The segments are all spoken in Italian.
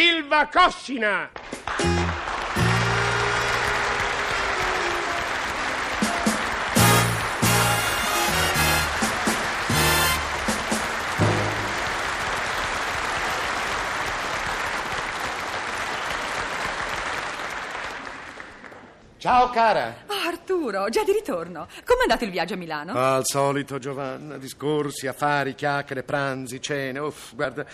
Silva Coscina. Ciao cara. Oh, Arturo, già di ritorno. Com'è andato il viaggio a Milano? Al solito Giovanna, discorsi, affari, chiacchiere, pranzi, cene. Uff, guarda,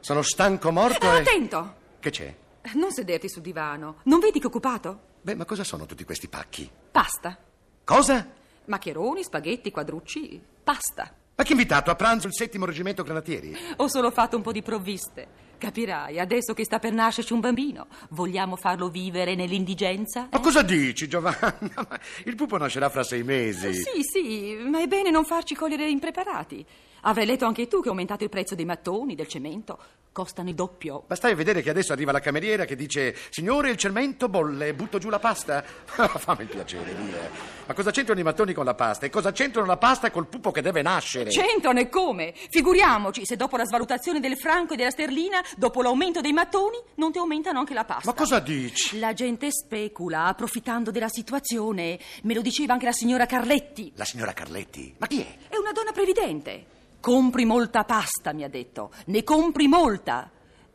sono stanco morto Eh, e... Attento! Che c'è? Non sederti sul divano. Non vedi che è occupato? Beh, ma cosa sono tutti questi pacchi? Pasta. Cosa? Maccheroni, spaghetti, quadrucci. Pasta. Ma chi ha invitato a pranzo il settimo reggimento granatieri? Ho solo fatto un po' di provviste. Capirai, adesso che sta per nascerci un bambino, vogliamo farlo vivere nell'indigenza? Ma cosa dici Giovanna? Ma Il pupo nascerà fra sei mesi. Sì, sì, ma è bene non farci cogliere impreparati. Avrai letto anche tu che è aumentato il prezzo dei mattoni, del cemento. Costano il doppio. Ma stai a vedere che adesso arriva la cameriera che dice Signore, il cemento bolle, butto giù la pasta. Fammi il piacere, dire. Ma cosa c'entrano i mattoni con la pasta? E cosa c'entrano la pasta col pupo che deve nascere? C'entrano e come? Figuriamoci se dopo la svalutazione del franco e della sterlina, dopo l'aumento dei mattoni, non ti aumentano anche la pasta. Ma cosa dici? La gente specula, approfittando della situazione. Me lo diceva anche la signora Carletti. La signora Carletti? Ma chi è? È una donna previdente. Compri molta pasta, mi ha detto. Ne compri molta.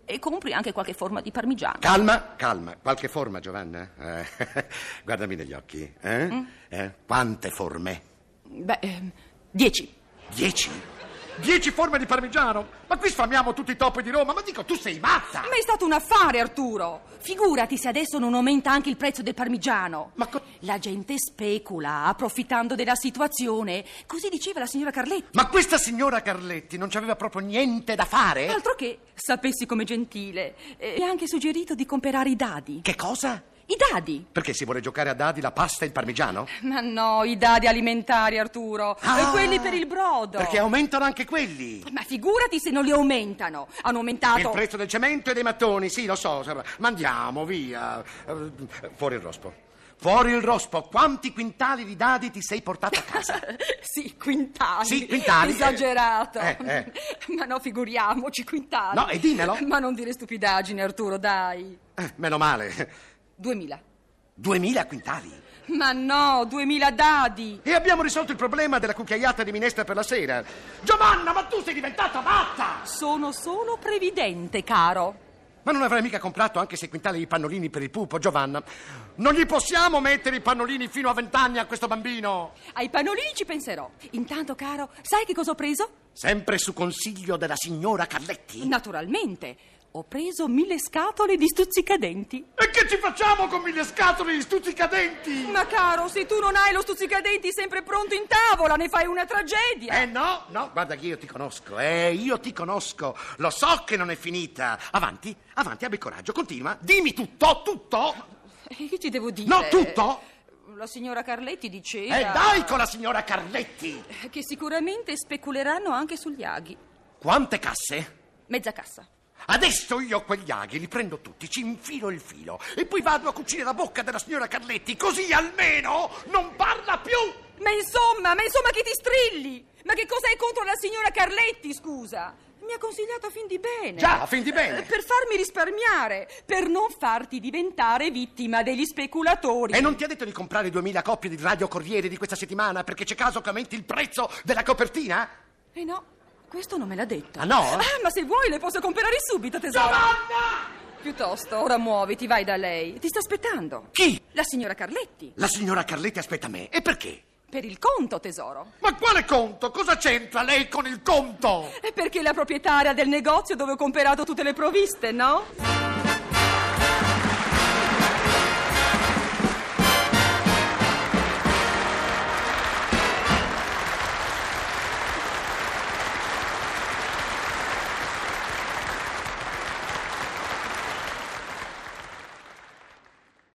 E compri anche qualche forma di parmigiano. Calma, calma. Qualche forma, Giovanna? Eh, guardami negli occhi. eh? Eh, quante forme? Beh, ehm, dieci. Dieci? Dieci forme di parmigiano? Ma qui sfamiamo tutti i topi di Roma. Ma dico, tu sei matta! Ma è stato un affare, Arturo! Figurati se adesso non aumenta anche il prezzo del parmigiano. Ma co- La gente specula, approfittando della situazione. Così diceva la signora Carletti. Ma questa signora Carletti non ci aveva proprio niente da fare? Altro che, sapessi come gentile, eh, mi ha anche suggerito di comprare i dadi. Che cosa? I dadi? Perché si vuole giocare a dadi la pasta e il parmigiano? Ma no, i dadi alimentari, Arturo. Ah! e quelli per il brodo. Perché aumentano anche quelli. Ma figurati se non li aumentano. Hanno aumentato... Il prezzo del cemento e dei mattoni, sì, lo so, sa- ma andiamo, via. Eh, Fuori il rospo. Fuori il rospo, quanti quintali di dadi ti sei portato a casa? Sì, quintali. Sì, quintali. Esagerato. Eh, eh. Ma no, figuriamoci, quintali. No, e dimmelo. Ma non dire stupidaggini, Arturo, dai. Eh, meno male. Duemila. 2000 quintali. Ma no, duemila dadi. E abbiamo risolto il problema della cucchiaiata di minestra per la sera. Giovanna, ma tu sei diventata matta! Sono solo previdente, caro. Ma non avrai mica comprato anche sei quintali di pannolini per il pupo, Giovanna. Non gli possiamo mettere i pannolini fino a vent'anni a questo bambino. Ai panolini ci penserò. Intanto, caro, sai che cosa ho preso? Sempre su consiglio della signora Carletti. Naturalmente. Ho preso mille scatole di stuzzicadenti. E che ci facciamo con mille scatole di stuzzicadenti? Ma caro, se tu non hai lo stuzzicadenti sempre pronto in tavola, ne fai una tragedia. Eh no, no, guarda che io ti conosco, eh, io ti conosco, lo so che non è finita. Avanti, avanti, abbi coraggio, continua, dimmi tutto, tutto. E Eh, che ti devo dire? No, tutto? La signora Carletti E diceva Eh, dai con la signora Carletti. che sicuramente speculeranno anche sugli aghi. Quante casse? Mezza cassa. Adesso io quegli aghi li prendo tutti, ci infilo il filo e poi vado a cucire la bocca della signora Carletti, così almeno non parla più. Ma insomma, ma insomma che ti strilli! Ma che cosa hai contro la signora Carletti, scusa? Mi ha consigliato a fin di bene. Già, a fin di bene. Eh, Per farmi risparmiare, per non farti diventare vittima degli speculatori. E non ti ha detto di comprare 2000 copie di Radio Corriere di questa settimana perché c'è caso che aumenti il prezzo della copertina? Eh no, questo non me l'ha detto. Ah, no? Ah, ma se vuoi le posso comprare subito, tesoro. Piuttosto, ora muoviti, vai da lei. Ti sta aspettando. Chi? La signora Carletti. La signora Carletti aspetta me. E perché? Per il conto, tesoro. Ma quale conto? Cosa c'entra lei con il conto? È perché è la proprietaria del negozio dove ho comperato tutte le provviste, no?